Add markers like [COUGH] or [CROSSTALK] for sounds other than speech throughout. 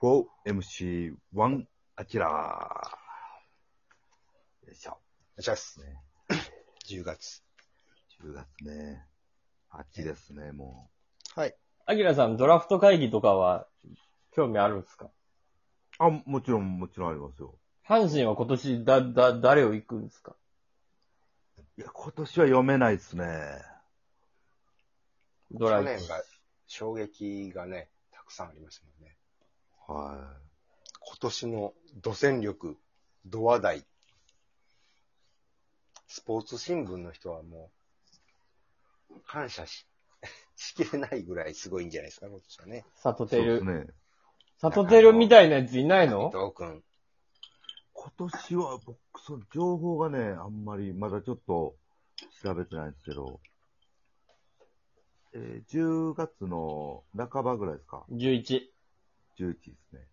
4MC1 アキラー。よいしょ。お願いします。ね10月。 10月ね。秋ですね、もはい。アキラさん、ドラフト会議とかは、興味あるんですかう。あ、もちろん、もちろんありますよ。阪神は今年、だ、だ、誰を行くんですかいや、今年は読めないですね。ドラ去フト年が、衝撃がね、たくさんありましたもんね。は今年の土戦力、ド話題。スポーツ新聞の人はもう、感謝し、 [LAUGHS] しきれないぐらいすごいんじゃないですか、今年はね。サトい。そテうですル。ね。サトテルみたいなやついない伊の藤君。今年は僕、その情報がね、あんまり、まだちょっと調べてないんですけど、えー10月の半ばぐらいですか ?11。 ?11 ですね。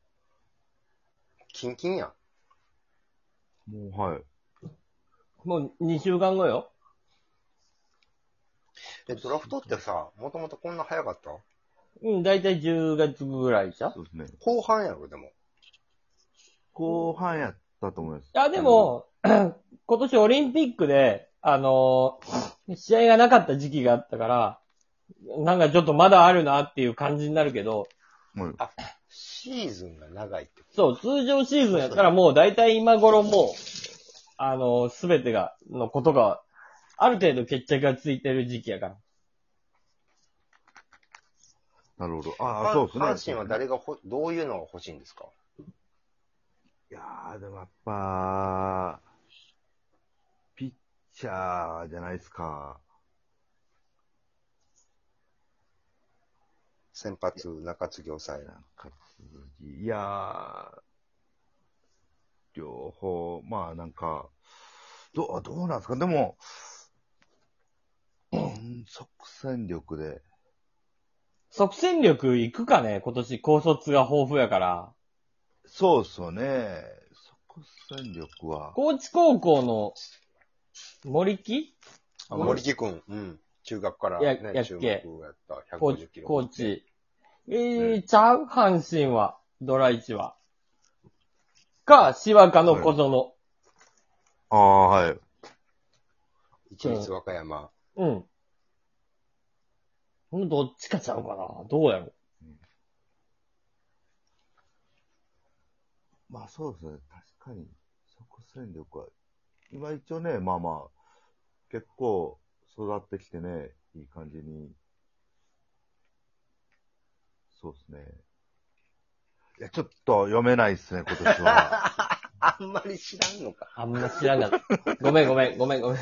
キンキンやん。もう、はい。もう2週間後よ。え、ドラフトってさ、もともとこんな早かったうん、だいたい10月ぐらいじゃんそうですね。後半やろ、でも。後半やったと思います。いや、[LAUGHS] でも、今年オリンピックで、あのー試合がなかった時期があったから、なんかちょっとまだあるなっていう感じになるけど、うん、はい。シーズンが長いって。そう、通常シーズンやったらもう大体今頃もう、あのー、すべてが、のことが、ある程度決着がついてる時期やから。なるほど。ああ、そうですね。阪神は誰がほ、どういうのが欲しいんですかいやー、でもやっぱ、ピッチャーじゃないですか。先発、中継ぎ、抑え。なんか続き。いやー、両方、まあなんか、どう、どうなんですかでも、うん、即戦力で。即戦力行くかね今年高卒が豊富やから。そうっすよね。即戦力は。高知高校の森木あ森木君、うん。中学から、やね、やっけ中学やった。コ150キーロ。コー。チ。えーうちゃう阪神は、ドラ1は。か、芝かの小園。ああ、はい。一律和歌山。うん。ほんとどっちかちゃうかな。どうやろまあそうですね。確かに、即戦力は、今一応ね、まあまあ、結構育ってきてね、いい感じに。そうですね。いや、ちょっと読めないですね、今年は。 [LAUGHS] あんまり知らんのか。あんま知らんかった。ごめんごめん、ごめんごめん。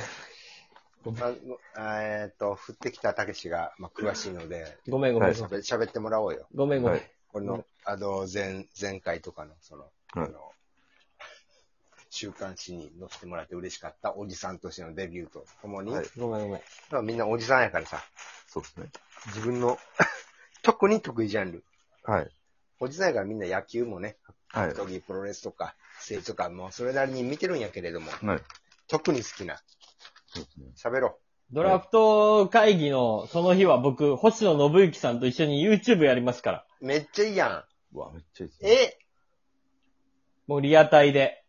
あのあえっ、と、降ってきたたけしが、まあ、詳しいので、ごめんごめん。喋喋ってもらおうよ。 [LAUGHS] ごめんごめん。はいこの、あの、前、前回とかの、その、あはいの、週刊誌に載せてもらって嬉しかったおじさんとしてのデビューとともに、はいごめんごめん。まあみんなおじさんやからさ、そうですね。自分の、 [LAUGHS] 特に得意ジャンル。はい。おじさんやからみんな野球もね、はい格。闘技、プロレスとか、政治とか、もうそれなりに見てるんやけれども、はい。特に好きな、そうですね。喋ろドラフト会議のその日は僕、星野信之さんと一緒に YouTube やりますから。う。めっちゃいいやうわ、めっちゃいいですん。ね。えもうリアタイで。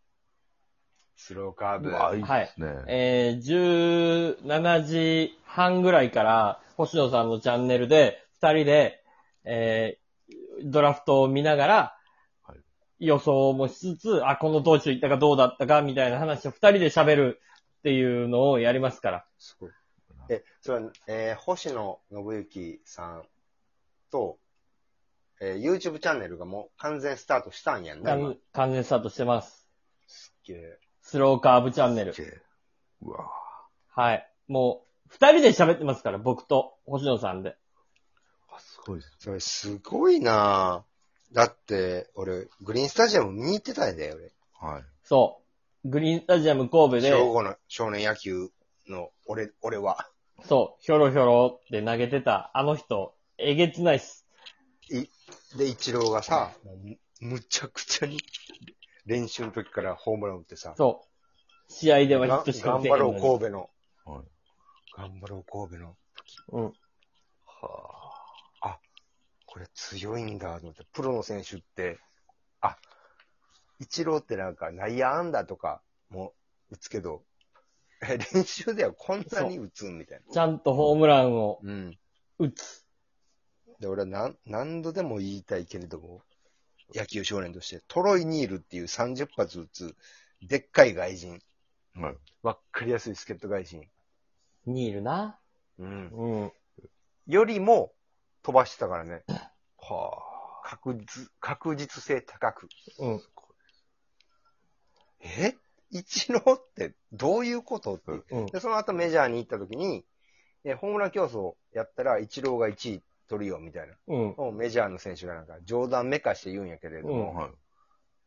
スローカーうブ。わ、いいですね。えー、17時半ぐらいから、星野さんのチャンネルで、二人で、えー、ドラフトを見ながらはい、予想もしつつ、あ、この投手行ったかどうだったか、みたいな話を二人で喋るっていうのをやりますから。すごい。え、それは、えー星野信之さんと、えー YouTube チャンネルがもう完全スタートしたんやんな、今完完全スタートしてます。すっげえスローカーブチャンネル。 OK うわはい。もう、二人で喋ってますから、僕と星野さんで。あすごいです。それすごいなぁだって、俺、グリーンスタジアム見に行ってたんだよ、はい。そう。グリーンスタジアム神戸俺。で、小午の少年野球の俺、俺は。そう、ひょろひょろって投げてた、あの人、えげつないっす。で、一郎がさ、もうむむちゃくちゃに練習の時からホームラン打ってさ、そう。試合ではヒがットしか打頑て張ないろうのに。神戸の、はい。頑張ろう神戸の、うん。はあ、あ、これ強いんだと思って、プロの選手って、一郎ってなんか、内野安打とかも打つけど、え練習ではこんなに打つんみたいちゃんとホームランをな。うん。打つ。で、俺は何何度でも言いたいけれども、野球少年として、トロイ・ニールっていう30発打つ、でっかい外人。はい。わっかりやすい助っ人外人。ニールな。うん。うん。よりも飛ばしてたからね。はあ。確実、確実性高く。うん。え一郎ってどういうことっていううん。で、その後メジャーに行った時に、えホームラン競争やったら一郎が1位取るよみたいな。うん。もうメジャーの選手がなんか冗談めかして言うんやけれども、は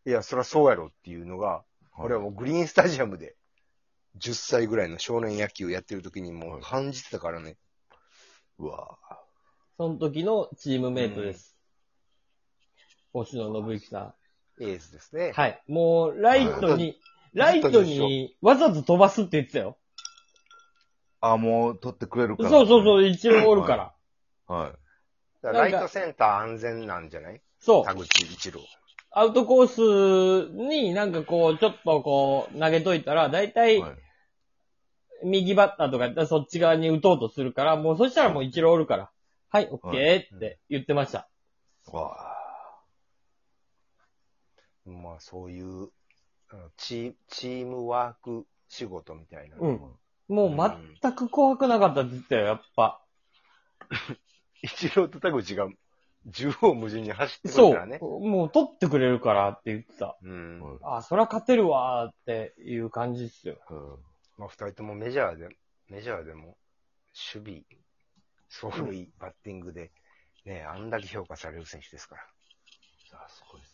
い。いや、そりゃそうやろっていうのが、俺はもうグリーンスタジアムで10歳ぐらいの少年野球やってる時にもう感じてたからね。うわその時のチームメイトです。星野信之さエースですね。ん。はい。もう、ライトに、[LAUGHS] ラずイっとトにわざと飛ばすって言ってたよ。あ、もう取ってくれるかそうら。そうそう、一応おるから。う。はい。だからライトセンター安全なんじゃないそう田。口一郎。アウトコースになんかこう、ちょっとこう、投げといたら、だいたいはい右バッターとかやったらそっち側に打とうとするから、もうそしたらもう一郎おるから、はい、オッケーって言ってました。わあ。まあそういう、あのチチームワーク仕事みたいな。うんもう全く怖くなかったって言ってたよ、やっぱ。一郎と田口が縦横無尽に走ってくるそからね。う。もう取ってくれるからって言ってた。う。ん。はいあ、そりゃ勝てるわーっていう感じっすよ。うんまあ二人ともメジャーで、メジャーでも、守備、走塁、バッティングで、ね、あんだけ評価される選手ですから。いやすごいです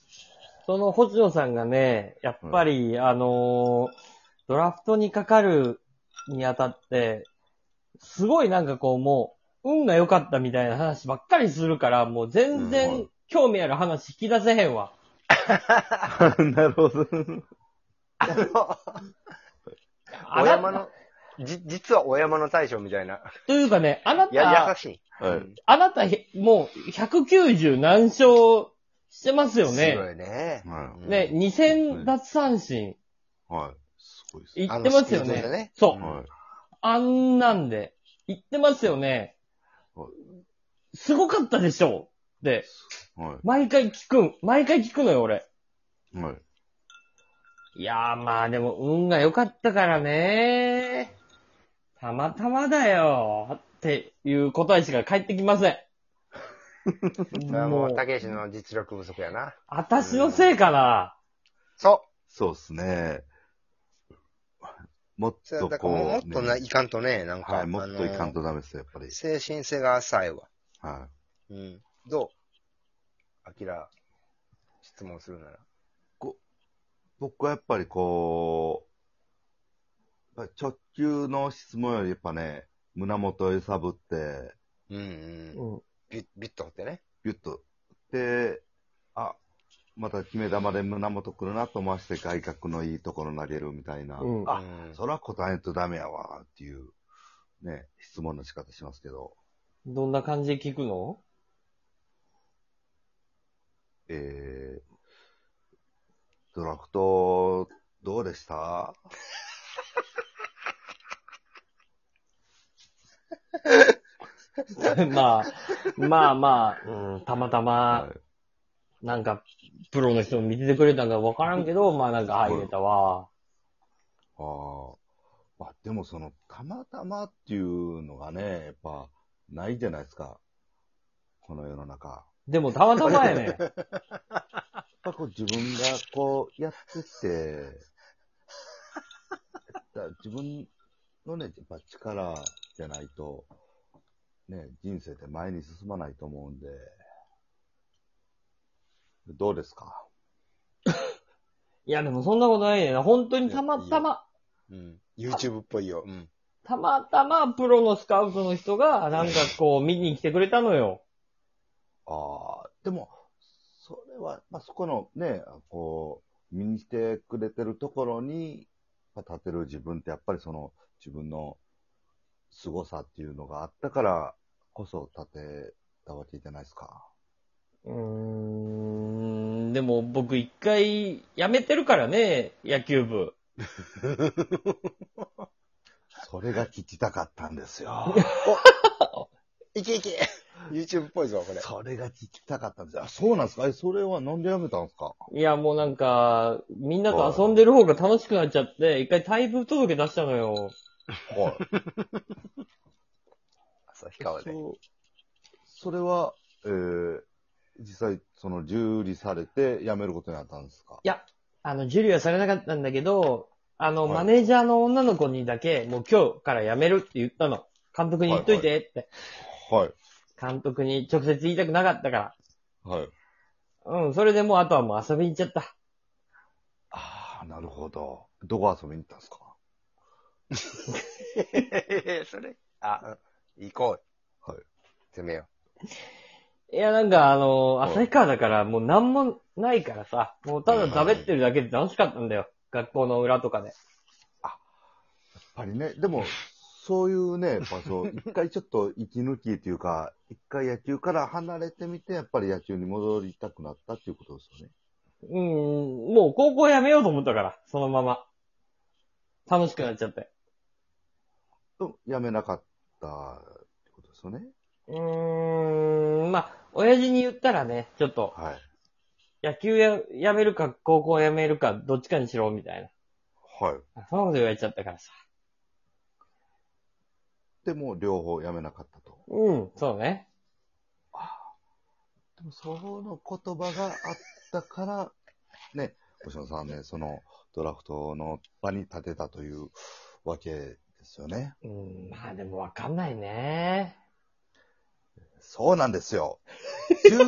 その星野さんがね、やっぱり、あのードラフトにかかるにあたって、すごいなんかこうもう、運が良かったみたいな話ばっかりするから、もう全う然ん興味ある話引き出せへんわ。ね。なるほど。あ [LAUGHS] の、あおな山の、じ、実はお山の大将みたいな。というかね、あなや、優た、しい。はい。あなたへ、もう190何勝してますよすごね。いね。はうんね、、2000奪三振、い。はい。すごいです。いっあのてますよスピードでね。ねそう。はあんなんで、言ってますよねはい。すごかったでしょって、い。は毎回聞くん、毎回聞くのよ、俺。い。はい。いやー、まあでも、運が良かったからねたまたまだよ。っていう答えしか返ってきま [LAUGHS] せん。それはももうう、、たけしの実力不足やな。私のせいかな。そそうですね。もっう。そとうだからもうもこっう、とな、いかんとね、なんか。はい、もっといかんと。とダメです、やっぱり。精神性が浅いわ。はうん。どうアキラ、質問するなら。い。僕はやっぱりこう、やっぱ直球の質問よりやっぱね、胸元を揺さぶって、うんうん。うん。ビュッ、ビュッと掘ってね。ビュッと。で、あ、また決め球で胸元来るなと思わせて外角のいいところ投げるみたいな。うん。あうんそら答えんとダメやわ、っていう、ね、質問の仕方しますけど。どんな感じで聞く [LAUGHS] のえー、ドラフト、どうでしたまあ、まあまあ、うん、たまたまは、なんか、プロの人も見ててくれたんかわからんけど、まあなんか、ああ、入れたわ。あーまあ、でもその、たまたまっていうのがね、やっぱ、ないじゃないですか。この世の中。やっでもたまたまや [LAUGHS] ね。ぱこう自分がこう、やってて、やっぱ自分のね、やっぱ力じゃないと、ね、人生って前に進まないと思うんで、どうですかいや、でもそんなことないねんな。本当にたまたま、うん。YouTube っぽいよ。うん。たまたまプロのスカウトの人が、なんかこう、見に来てくれたのよ。ああ、でも、それは、まあ、そこのね、こう、見に来てくれてるところに、まあ、立てる自分って、やっぱりその、自分の凄さっていうのがあったからこそ立てたわけじゃないですか。うーん、ん、でも僕一回辞めてるからね、野球部。それが聞きたかったんです [LAUGHS] よ。いけいけ [LAUGHS] !YouTube っぽいぞ、これ。それが聞きたかったんですよ。あそうなんですかえ、それはなんでやめたんですかいや、もうなんか、みんなと遊んでる方が楽しくなっちゃって、一回退部届出したのよ。はい。旭川で。そうそれは、えー、実際、その、受理されて辞めることになったんですかあの、受理はされなかったんだけど、あの、はいマネージャーの女の子にだけ、もう今日から辞めるって言ったの。監督に言っといてって。はい。監督に直接言いたくなかったかはい。ら。うん、それでもうあとはもう遊びに行っちゃった。ああ、なるほど。どこ遊びに行ったんですか [LAUGHS] それ。あ、行こう。はい。攻めよいや、なんかあの、はい旭川だからもうなんもないからさ、もうただ食べってるだけで楽しかったんだよ。学校の裏とかで。やっぱりね、でも、そういうね、やっぱそう、一回ちょっと息抜きっていうか、一回野球から離れてみて、やっぱり野球に戻りたくなったっていうことですよね。うん、もう高校辞めようと思ったから、そのまま。楽しくなっちゃって。と、やめなかったってことですよね。うーん、まあ、親父に言ったらね、ちょっと、はい。野球ややめるか、高校やめるか、どっちかにしろ、みたいはい。な。そんなこと言われちゃったからさ。でも、両方やめなかったと。うん、そうね。でも、その言葉があったから、ね、星野さんね、そのドラフトの場に立てたというわけですよね。うん、まあでもわかんないね。そうなんですよ。終了